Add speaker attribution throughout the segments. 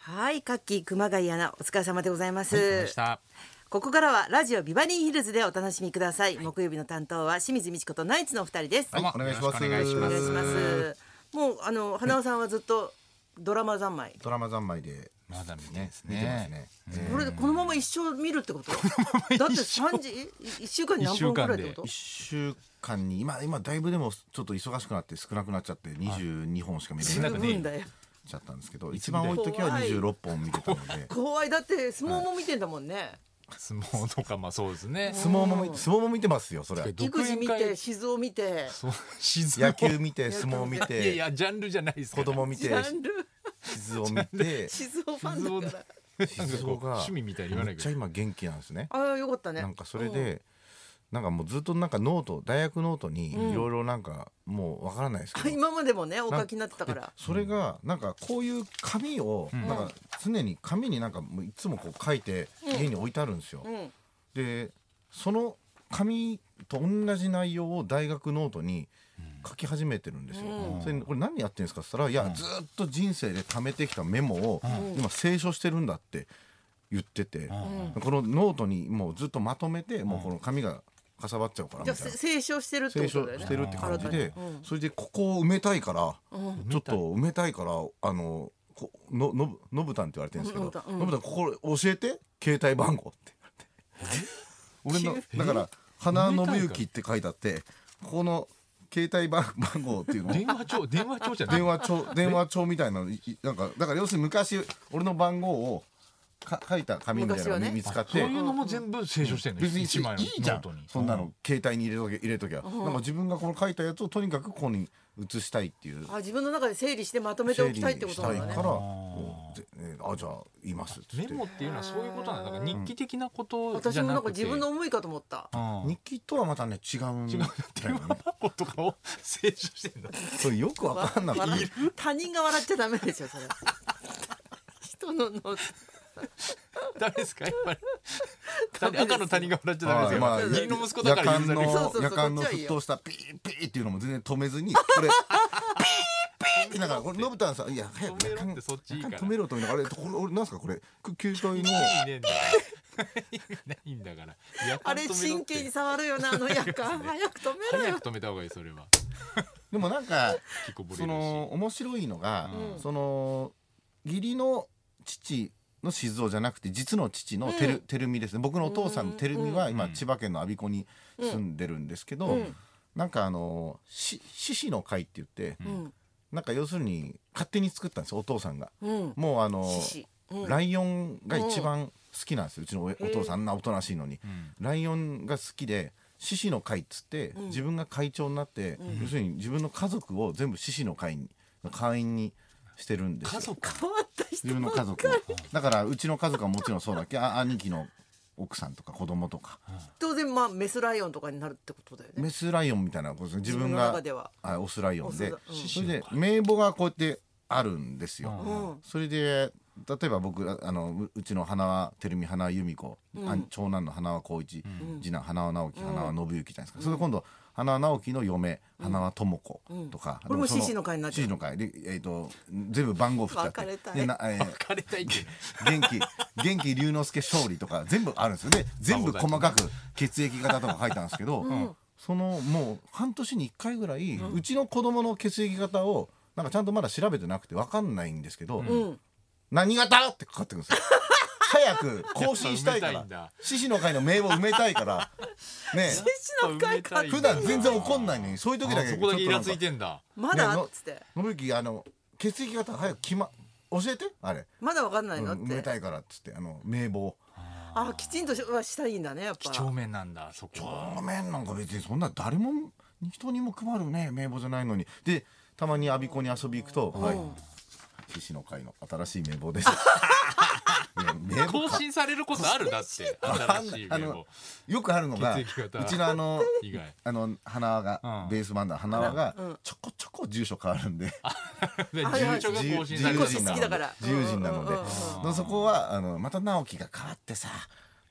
Speaker 1: はい、カッキー熊谷アナ、お疲れ様でございます。
Speaker 2: はいわかりました
Speaker 1: ここからはラジオビバリーヒルズでお楽しみください。木曜日の担当は清水美智子とナイツのお二人です。
Speaker 2: どうも
Speaker 3: お願いし
Speaker 2: よ
Speaker 3: ます
Speaker 2: ろくお
Speaker 1: お
Speaker 2: 願
Speaker 1: 願
Speaker 2: い
Speaker 1: い
Speaker 2: し
Speaker 1: しま
Speaker 2: ま。
Speaker 1: すす。もうあの花輪さんはずっとドラマ三昧。
Speaker 3: ドラマ三昧で
Speaker 2: まだ見てです
Speaker 3: 見てます
Speaker 2: ね
Speaker 3: ね。。
Speaker 1: これでこのまま一生見るってこと。だって三時い一週間に何本くらいってこと
Speaker 3: 一？週間に今今だいぶでもちょっと忙しくなって少なくなっちゃって二十二本しか見れ
Speaker 1: 十
Speaker 3: なくなっ
Speaker 1: 分だよ。
Speaker 3: ちゃったんですけど、一番多い時は
Speaker 1: 怖い
Speaker 3: 二十六本見てたので。
Speaker 1: 怖いだって相撲も見てんだもんね。
Speaker 2: 相撲とかまあそうですね。
Speaker 3: 相撲も見相撲も見てますよ。それは
Speaker 1: 育児見て、
Speaker 2: 独演会
Speaker 1: 静雄見て、
Speaker 2: そう静
Speaker 3: 野
Speaker 2: 岡
Speaker 3: 球見て相撲見
Speaker 2: いやい
Speaker 3: て
Speaker 2: やジャンルじゃないですか
Speaker 3: 子
Speaker 2: ら。
Speaker 3: 供見
Speaker 1: ジ
Speaker 3: て
Speaker 1: ャンル
Speaker 3: 静を見て
Speaker 1: 静雄ファンだから。
Speaker 3: 静
Speaker 2: こう
Speaker 3: が
Speaker 2: 趣味みたいに言わな
Speaker 3: め
Speaker 2: い
Speaker 3: っ
Speaker 2: け
Speaker 3: ちゃ
Speaker 2: ど。
Speaker 3: 今元気なんですね。
Speaker 1: ああよかったね。
Speaker 3: なんかそれで。なんかもうずっとなんかノート大学ノートにいろいろなんかもうわからないですけ
Speaker 1: あ
Speaker 3: ど、
Speaker 1: 今までもねお書きになってたから
Speaker 3: それがなんかこういう紙をなんか常に紙になんかもういつもこう書いて家に置いてあるんですよ。
Speaker 1: ん
Speaker 3: でその紙と同じ内容を大学ノートに書き始めてるんですよ。それこれ何やってるんですかって言ったらいやずっと人生で貯めてきたメモを今清書してるんだって言っててこのノートにもうずっとまとめてもうこの紙がかさばっちゃうからみ
Speaker 1: じ
Speaker 3: た
Speaker 1: ゃあ
Speaker 3: いな
Speaker 1: せ。清書してるって
Speaker 3: 清
Speaker 1: こと
Speaker 3: 書
Speaker 1: だよね
Speaker 3: してるって感じで
Speaker 1: 新たにうん、
Speaker 3: それでここを埋めたいから、ちょっと埋めたいから、あの、この、のぶ、のぶたんって言われてるんですけ
Speaker 1: のぶた
Speaker 3: ど
Speaker 1: んう、ん
Speaker 3: のぶたん、ここ教えて、携帯番号って言われて。俺の、だから、花信之って書いてあって、ここの携帯番番号っていうのを
Speaker 2: 電話帳電話帳じゃない
Speaker 3: 電。話帳、電話帳みたいなの、いいなんか、だから要するに昔、俺の番号をか書いた紙みたいなの
Speaker 1: 昔は
Speaker 3: が
Speaker 1: ね
Speaker 3: 見見つかっ
Speaker 2: そう
Speaker 3: て、
Speaker 2: いうのも全部清書してるの。
Speaker 3: 別に
Speaker 2: 一枚の
Speaker 3: い
Speaker 2: ノ
Speaker 3: いじゃ
Speaker 2: ー
Speaker 3: ん
Speaker 2: トに。
Speaker 3: そんなの携帯に入れとけ入れときゃ、なんか自分がこの書いたやつをとにかくここに移したいっていう
Speaker 1: あ自分の中で整理してまとめてお
Speaker 3: 整
Speaker 1: き
Speaker 3: 理
Speaker 1: たいってこと
Speaker 3: した
Speaker 1: ないん
Speaker 3: か
Speaker 1: だ
Speaker 3: ら
Speaker 1: ね
Speaker 3: こうぜえーあじゃあ言いますっつっ
Speaker 2: メ
Speaker 3: て
Speaker 2: モっていうのはそういうことなんだ。だから日記的なことじ
Speaker 1: 私
Speaker 2: ゃ
Speaker 1: もな
Speaker 2: なん
Speaker 1: か
Speaker 2: くて。
Speaker 1: 自分の思いかと思った
Speaker 2: うん
Speaker 3: 日記とはまたね違うんだよね
Speaker 2: 電話番号とかを清書してん の。
Speaker 3: それよくわかんなく
Speaker 1: 笑
Speaker 3: て
Speaker 1: 他人が笑っちゃダメですよそれ 人のの
Speaker 2: 誰ですかやっぱり。
Speaker 1: ダメです
Speaker 2: 赤の他人が笑っちゃダメですよ。
Speaker 3: はいまあ
Speaker 2: 義理の息子だ
Speaker 3: 夜
Speaker 2: から許さ
Speaker 3: 間
Speaker 2: れる
Speaker 1: そうそう
Speaker 3: の
Speaker 1: そう
Speaker 3: 夜間
Speaker 1: こ
Speaker 3: の
Speaker 1: っちはいい
Speaker 3: 沸
Speaker 1: よ
Speaker 3: 騰したピーピーっていうのも全然止めずにこれピーピーってなんかこれのぶたんさんいや早く
Speaker 2: 止めろ
Speaker 3: 夜
Speaker 2: っ
Speaker 3: 間
Speaker 2: てそっちいいから
Speaker 3: 止。めろと思いながらあれこれ俺なんすかこれこれ球体の
Speaker 2: 意味ねえんだから。意味ないんだから。
Speaker 1: あれ神経に触るよなあの夜間早く止めろ
Speaker 2: 早
Speaker 1: よ
Speaker 2: く止めた方がいいそれは。
Speaker 3: でもなんか
Speaker 2: 聞こぼれ
Speaker 3: そ
Speaker 2: る
Speaker 3: の
Speaker 2: し。
Speaker 3: 面白いのが、
Speaker 1: うん
Speaker 3: その義理の父の静雄じゃなくて実の父のてる,、
Speaker 1: うん
Speaker 3: てるみですね僕のお父さんのてるみは今千葉県の我孫子に住んでるんですけど、
Speaker 1: うん
Speaker 3: なんかあのし獅子の会って言って、
Speaker 1: うん
Speaker 3: なんか要するに勝手に作ったんですよお父さんが。
Speaker 1: うん
Speaker 3: もうあの
Speaker 1: 獅子うん
Speaker 3: ライオンが一番好きなんですようちのおお父さんあんなおとなしいのに、ライオンが好きで獅子の会っつって、自分が会長になって、要するに自分の家族を全部獅子の会に会員にしてるんですよ
Speaker 2: 家族
Speaker 1: 変わった人
Speaker 3: 自分の家族をだからうちの家族はもちろんそうだけどあ兄貴の奥さんとか子供とか、
Speaker 1: 当然まあメスライオンとかになるってことだよね
Speaker 3: メスライオンみたいなことですね自分
Speaker 1: 自分の
Speaker 3: が
Speaker 1: 中では
Speaker 3: あオスライオン
Speaker 1: オス
Speaker 3: で、
Speaker 1: だうん
Speaker 3: それで名簿がこうやってあるんです
Speaker 1: うん
Speaker 3: よ。それで例えば僕ああのううちの花輪照美花輪由美子、あ長男の花輪浩一、次男花輪直樹花輪信之じゃないですか、それで今度花輪直樹の嫁花輪智子とか、
Speaker 1: これも
Speaker 3: でその
Speaker 1: 獅子の会になっちゃう
Speaker 3: 獅子の会で、えー、と全部番号振ってあって
Speaker 1: 別れたい
Speaker 3: でなえー
Speaker 2: 枯れたいけど。
Speaker 3: 元気元気龍之介勝利とか全部あるんですよで全部細かく血液型とか書いたんですけど、そのもう半年に1回ぐらい、うちの子供の血液型をなんかちゃんとまだ調べてなくて分かんないんですけど、
Speaker 1: うん
Speaker 3: 何型ってかかってくるんです よ早く更新したいか
Speaker 2: やっぱ埋めたいんだ
Speaker 3: ら獅子の会の名簿埋めたいからね
Speaker 1: 獅子の会か
Speaker 2: 埋めたい
Speaker 3: 普段全然怒んないのにそういう時だ
Speaker 2: あ
Speaker 3: け
Speaker 2: そこだけイラつ
Speaker 3: ちょっ
Speaker 2: い
Speaker 3: と
Speaker 2: てんだ。
Speaker 1: ま
Speaker 3: ね
Speaker 1: だ
Speaker 3: の
Speaker 1: っつって
Speaker 3: なんか信之あの血液型早く決ま教えてあれ、
Speaker 1: まだわかんないの
Speaker 3: う
Speaker 1: っ
Speaker 3: ん埋め
Speaker 1: て
Speaker 3: たいからっつってあの名簿を。
Speaker 1: あきちんとしはしたいんだねやっぱ
Speaker 2: 几帳面なんだそこは。
Speaker 3: ごめんなんか別にそんな誰も人にも配るね名簿じゃないのにでたまに我孫子に遊び行くと「はい獅子の会の新しい名 簿です」いや名簿
Speaker 2: 更
Speaker 3: か
Speaker 2: 新されることあるだって。新しい
Speaker 3: あ
Speaker 2: 名
Speaker 3: の
Speaker 2: 簿
Speaker 3: よくあるのが
Speaker 2: 血
Speaker 3: う
Speaker 2: 液型
Speaker 3: ちの あの
Speaker 2: 以外。
Speaker 3: あの花輪が、
Speaker 2: うん
Speaker 3: ベースバンドの花輪が、
Speaker 1: うん
Speaker 3: ちょこちょこ住所変わるんで
Speaker 2: で
Speaker 1: はいはい
Speaker 2: 住所が更新
Speaker 3: 自
Speaker 2: され
Speaker 3: 由
Speaker 2: る
Speaker 1: 自由人好きだから
Speaker 3: 自由人なので
Speaker 1: うんうんうんうん
Speaker 3: のそこはあのまた直樹が変わってさ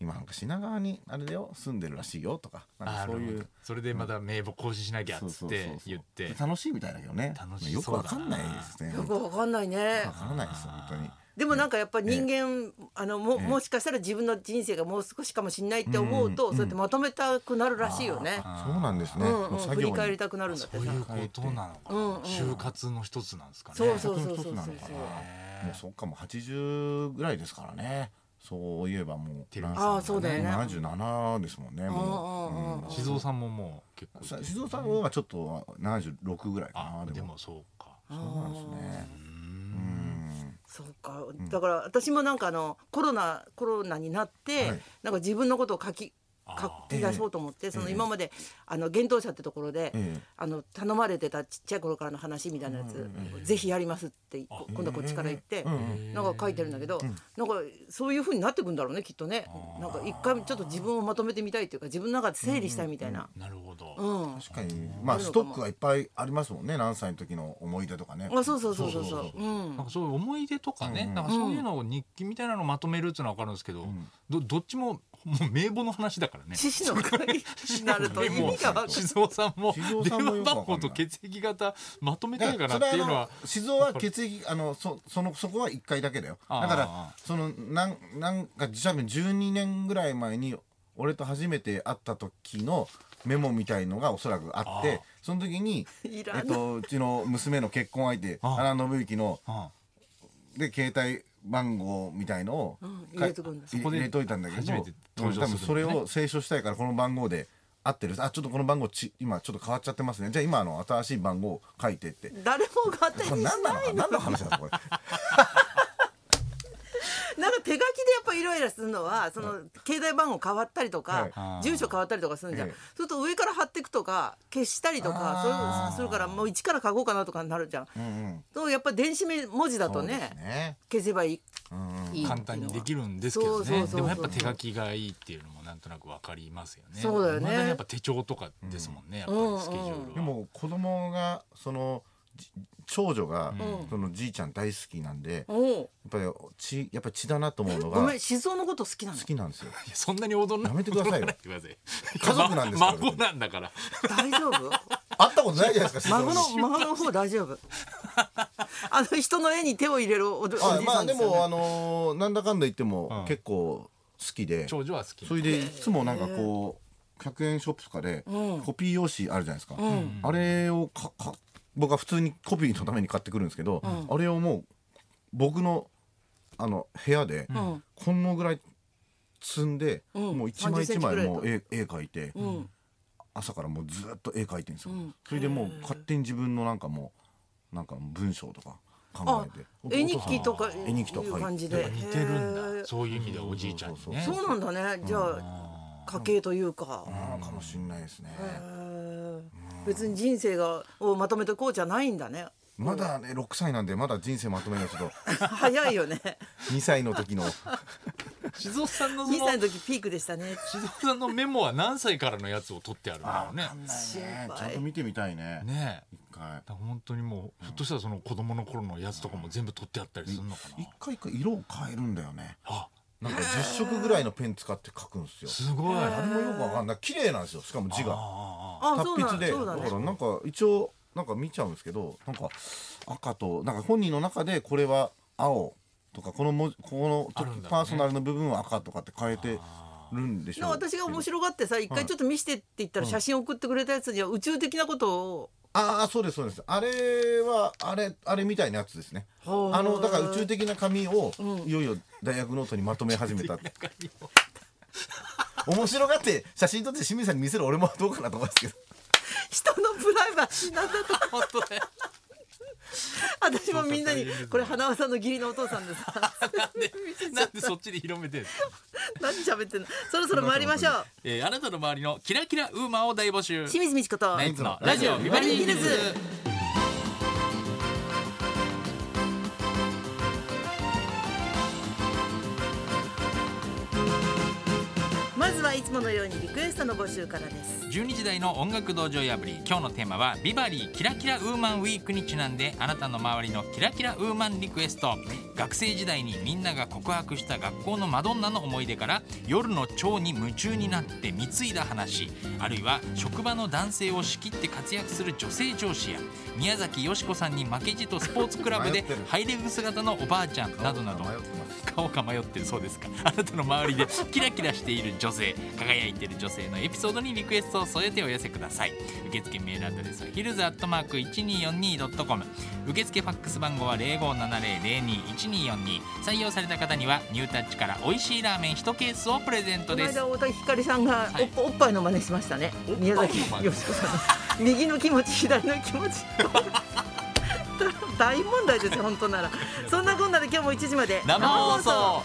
Speaker 3: 今なんか品川にあれだよ住んでるらしいよとかなんか
Speaker 2: あ
Speaker 3: そうい
Speaker 2: ー
Speaker 3: う
Speaker 2: それでまた名簿更新しなきゃっ
Speaker 3: そう
Speaker 2: つ
Speaker 3: そ
Speaker 2: っ
Speaker 3: うそうそう
Speaker 2: て言って
Speaker 3: で楽しいみたいだけどね
Speaker 2: 楽し
Speaker 3: よく
Speaker 2: そうだな
Speaker 3: わかんないですね
Speaker 1: よくわかんないね
Speaker 3: わからないです本当に
Speaker 1: でもなんかやっぱ人間、あのももしかしたら自分の人生がもう少しかもしれないって思うと、そうやってまとめたくなるらしいよね。
Speaker 3: そうなんですね
Speaker 1: うんうん
Speaker 3: もう
Speaker 1: 振り
Speaker 3: 作業
Speaker 1: 返り
Speaker 3: に
Speaker 1: たくなるんだって
Speaker 2: そう
Speaker 1: さ
Speaker 2: いう。ことなのかな、
Speaker 1: うんうん
Speaker 2: 就活の一つなんですかね
Speaker 1: そうそう
Speaker 3: 作
Speaker 1: そ
Speaker 3: 業
Speaker 1: うそうそう
Speaker 3: 一つな
Speaker 1: そ
Speaker 3: の
Speaker 1: う
Speaker 3: か。なもうそっかもう80ぐらいですからねそういえばもう
Speaker 2: テレビさん
Speaker 1: ああそうだよね。
Speaker 3: 77ですもんねもう
Speaker 1: うんうんうんうん
Speaker 2: 静雄さんももう結構
Speaker 3: さ静岡さんはちょっと76ぐらいか
Speaker 2: あ
Speaker 3: な
Speaker 2: で
Speaker 3: でも
Speaker 2: もそうか
Speaker 3: そうなんですねうん
Speaker 1: そうか。だから私もなんかあのコロナコロナになって、
Speaker 3: はい
Speaker 1: なんか自分のことを書き
Speaker 2: あ
Speaker 1: 書き
Speaker 2: ー
Speaker 1: 出そうと思って、その今まで、あの幻冬舎ってところで、
Speaker 3: ええ
Speaker 1: あの頼まれてたちっちゃい頃からの話みたいなやつ、ぜひやりますってこ今度はこっちから言って、なんか書いてるんだけど、なんかそういう風になってくんだろうねきっとね。なんか一回ちょっと自分をまとめてみたいっていうか自分の中で整理したいみたいな。
Speaker 2: なるほど、
Speaker 1: うん。
Speaker 3: 確かにまあストックがいっぱいありますもんね何歳の時の思い出とかね
Speaker 1: あそうそうそうそうそう。うん
Speaker 2: なん。かそういう思い出とかね、なんかそういうのを日記みたいなのをまとめるっていうのは分かるんですけど、どどっちももう名簿の話だから ね。
Speaker 1: 獅子の会になると意
Speaker 2: でも
Speaker 1: 味がわかんない。
Speaker 2: 静雄さんも
Speaker 3: 静雄
Speaker 2: 電
Speaker 3: さんも
Speaker 2: 話
Speaker 3: よくわかんない
Speaker 2: 番号と血液型まとめた
Speaker 3: だ
Speaker 2: い
Speaker 3: か
Speaker 2: からな
Speaker 3: そ
Speaker 2: っ
Speaker 3: れ
Speaker 2: ていうの
Speaker 3: は
Speaker 2: は
Speaker 3: 静岡は血液あのそそのそこは1回だけだよ
Speaker 2: あー
Speaker 3: だからそのなんなんか多分12年ぐらい前に俺と初めて会った時のメモみたいのがおそらくあって
Speaker 2: あー
Speaker 3: その時に
Speaker 1: いらない
Speaker 3: えっと、うちの娘の結婚相手
Speaker 2: あー
Speaker 3: 原信之の
Speaker 2: あ
Speaker 3: で携帯番号みたいのを、
Speaker 1: ん入れとくんだ
Speaker 3: か
Speaker 2: そこで
Speaker 3: 入れといたんだけど
Speaker 2: 初めて登場
Speaker 3: うん多分
Speaker 2: する
Speaker 3: そ
Speaker 2: んだ
Speaker 3: れ
Speaker 2: ね
Speaker 3: を清書したいからこの番号で合ってるあちょっとこの番号ち今ちょっと変わっちゃってますねじゃあ今あの新しい番号を書いてって
Speaker 1: 誰も当たり
Speaker 3: これ
Speaker 1: にし
Speaker 3: 何なの
Speaker 1: な
Speaker 3: か
Speaker 1: いの
Speaker 3: 何の話なんですかこれ
Speaker 1: なんか手書きでやっぱイライラするのはその携帯番号変わったりとか、
Speaker 2: はい
Speaker 1: 住所変わったりとかするんじゃん、
Speaker 3: ええ
Speaker 1: すると上から貼っていくとか消したりとかそういうの
Speaker 3: あー
Speaker 1: するからもう一から書こうかなとかになるじゃん。
Speaker 3: うんうん
Speaker 1: とやっぱ電子め文字だと
Speaker 3: そうで
Speaker 1: ね
Speaker 3: すね
Speaker 1: 消せばいい
Speaker 3: うん
Speaker 1: いいっていうのは
Speaker 2: 簡単にできるんですけど
Speaker 1: そうそうそ
Speaker 2: ね
Speaker 1: うそう
Speaker 2: でもやっぱ手書きがいいっていうのもなんとなく分かりますよね
Speaker 1: そうだよね
Speaker 2: 未にやっぱ手帳とかですもんね、やっぱりスケジュールは、
Speaker 3: でも子供がそのじ長女が、そのじいちゃん大好きなんで、やっ
Speaker 1: おう
Speaker 3: ぱり血やっぱ血だなと思うの
Speaker 1: ご
Speaker 3: が
Speaker 1: め
Speaker 3: 好
Speaker 1: ん静雄のこと好きなの
Speaker 3: きなんですよ
Speaker 2: いやそんなに踊んな
Speaker 3: やめてくださいよ
Speaker 2: 驚かないでくだ
Speaker 3: 家
Speaker 2: さい
Speaker 3: 族なんですから
Speaker 2: ま孫なんだから
Speaker 1: 大丈夫
Speaker 3: 会ったことないじゃないです か
Speaker 1: 孫の孫の方大丈 夫あの人の絵に手を入れるおおじい
Speaker 3: あま
Speaker 1: さ
Speaker 3: あ
Speaker 1: ん
Speaker 3: で
Speaker 1: ですよ、ね
Speaker 3: もあのーなんだかんだ言って
Speaker 2: う
Speaker 3: も
Speaker 2: ん
Speaker 3: 結構好きで、
Speaker 2: 長女は好き
Speaker 3: それでいつもなんかこう100円ショップとかで
Speaker 1: うん
Speaker 3: コピー用紙あるじゃないですか、
Speaker 1: ん
Speaker 3: あれをかか僕は普通にコピーのために買ってくるんですけど、あれをもう僕のあの部屋で
Speaker 1: ん
Speaker 3: このぐらい積んで、
Speaker 1: うん
Speaker 3: もう一枚一枚
Speaker 1: 30
Speaker 3: も
Speaker 1: センチぐらいだと
Speaker 3: う絵絵描いて、
Speaker 1: うん
Speaker 3: 朝からもうずっと絵描いてるんですよ、
Speaker 1: ん
Speaker 3: それでもう勝手に自分のなんかもうなんか文章とか考
Speaker 1: あ
Speaker 3: えて
Speaker 1: 絵日記とか
Speaker 3: 絵日記と
Speaker 1: いう
Speaker 3: か
Speaker 1: 感じ
Speaker 2: やっ
Speaker 1: で
Speaker 2: ぱ似てるん
Speaker 1: へ
Speaker 2: だ
Speaker 1: ー
Speaker 2: そういう意味ではおじいちゃんにね
Speaker 1: そうなんだねじゃあ家系というか、
Speaker 3: あーかもしんないですね、
Speaker 1: 別に人生がをまとめてこうじゃないんだね
Speaker 3: まだね6歳なんでまだ人生まとめるのちょっと
Speaker 1: 早いよ ね
Speaker 3: 2歳の時の
Speaker 2: 静雄さんのそ
Speaker 1: 2
Speaker 2: の
Speaker 1: 歳の時ピークでしたね
Speaker 2: 静雄さんのメモは何歳からのやつを取ってあるんだろうね
Speaker 1: 心配
Speaker 3: ちゃんと見てみたいね
Speaker 2: ねえ
Speaker 3: 一回
Speaker 2: だから本当にもうひょっとしたらその子供の頃のやつとかも全部取ってあったりするのかな
Speaker 3: 一回一回色を変えるんだよね
Speaker 2: あ
Speaker 3: なんか10色ぐらいのペン使って書くんですよ
Speaker 2: すごい
Speaker 3: あれもよくわかんない綺麗なんですよしかも字が
Speaker 2: あ
Speaker 1: あそう
Speaker 3: 達
Speaker 1: な
Speaker 3: 筆
Speaker 1: ん
Speaker 3: でだ
Speaker 1: そ
Speaker 3: か
Speaker 1: うだね
Speaker 3: らなんか一応なんか見ちゃうんですけどなんか赤となんか本人の中でこれは青とかこの文字この
Speaker 2: あるんだろうね
Speaker 3: パーソナルの部分は赤とかって変えてるんでしょ
Speaker 1: なんか私が面白がってさ一回ちょっと見してって言ったら写真送ってくれたやつには宇宙的なことを
Speaker 3: ああそうですそうですあれはあれあれみたいなやつですねあ
Speaker 1: はあ
Speaker 3: のだから宇宙的な紙をいよいよ大学ノートにまとめ始めた って、面白がって写真撮って清水さんに見せる俺もどうかなと思いますけど
Speaker 1: 人のプライバシーなん だと
Speaker 2: あ本当だよ
Speaker 1: 私もみんなに
Speaker 2: そうかそういう
Speaker 1: これ花輪さんの義理のお父さんで さ
Speaker 2: なんでそっちで広めてるんですか
Speaker 1: 何喋ってんのそろそろ参りましょう
Speaker 2: えーあなたの周りのキラキラウーマンを大募集
Speaker 1: 清水美智子と
Speaker 2: ナイツのラジオビバリーヒルズ。
Speaker 1: まずはいつものようにリクエストの募集からです
Speaker 2: 12時台の音楽道場破り今日のテーマはビバリーキラキラウーマンウィークにちなんであなたの周りのキラキラウーマンリクエスト学生時代にみんなが告白した学校のマドンナの思い出から夜の蝶に夢中になって貢いだ話あるいは職場の男性を仕切って活躍する女性上司や宮崎美子さんに負けじとスポーツクラブでハイレグ姿のおばあちゃんなどなど
Speaker 3: 迷ってます
Speaker 2: 顔が迷ってるそうですか あなたの周りでキラキラしている女性輝いている女性のエピソードにリクエストを添えてお寄せください受付メールアドレスはヒルズアットマーク 1242.com 受付ファックス番号は0570021242採用された方にはニュータッチから美味しいラーメン1ケースをプレゼント
Speaker 1: この
Speaker 2: です
Speaker 1: 間太田光さんが
Speaker 2: はい
Speaker 1: おっおっぱいの真似しましたね。宮崎美子さ ん。右の気持ち左の気持ち。大問題ですよ本当なら。そんなこんなで今日も1時まで
Speaker 2: 生放送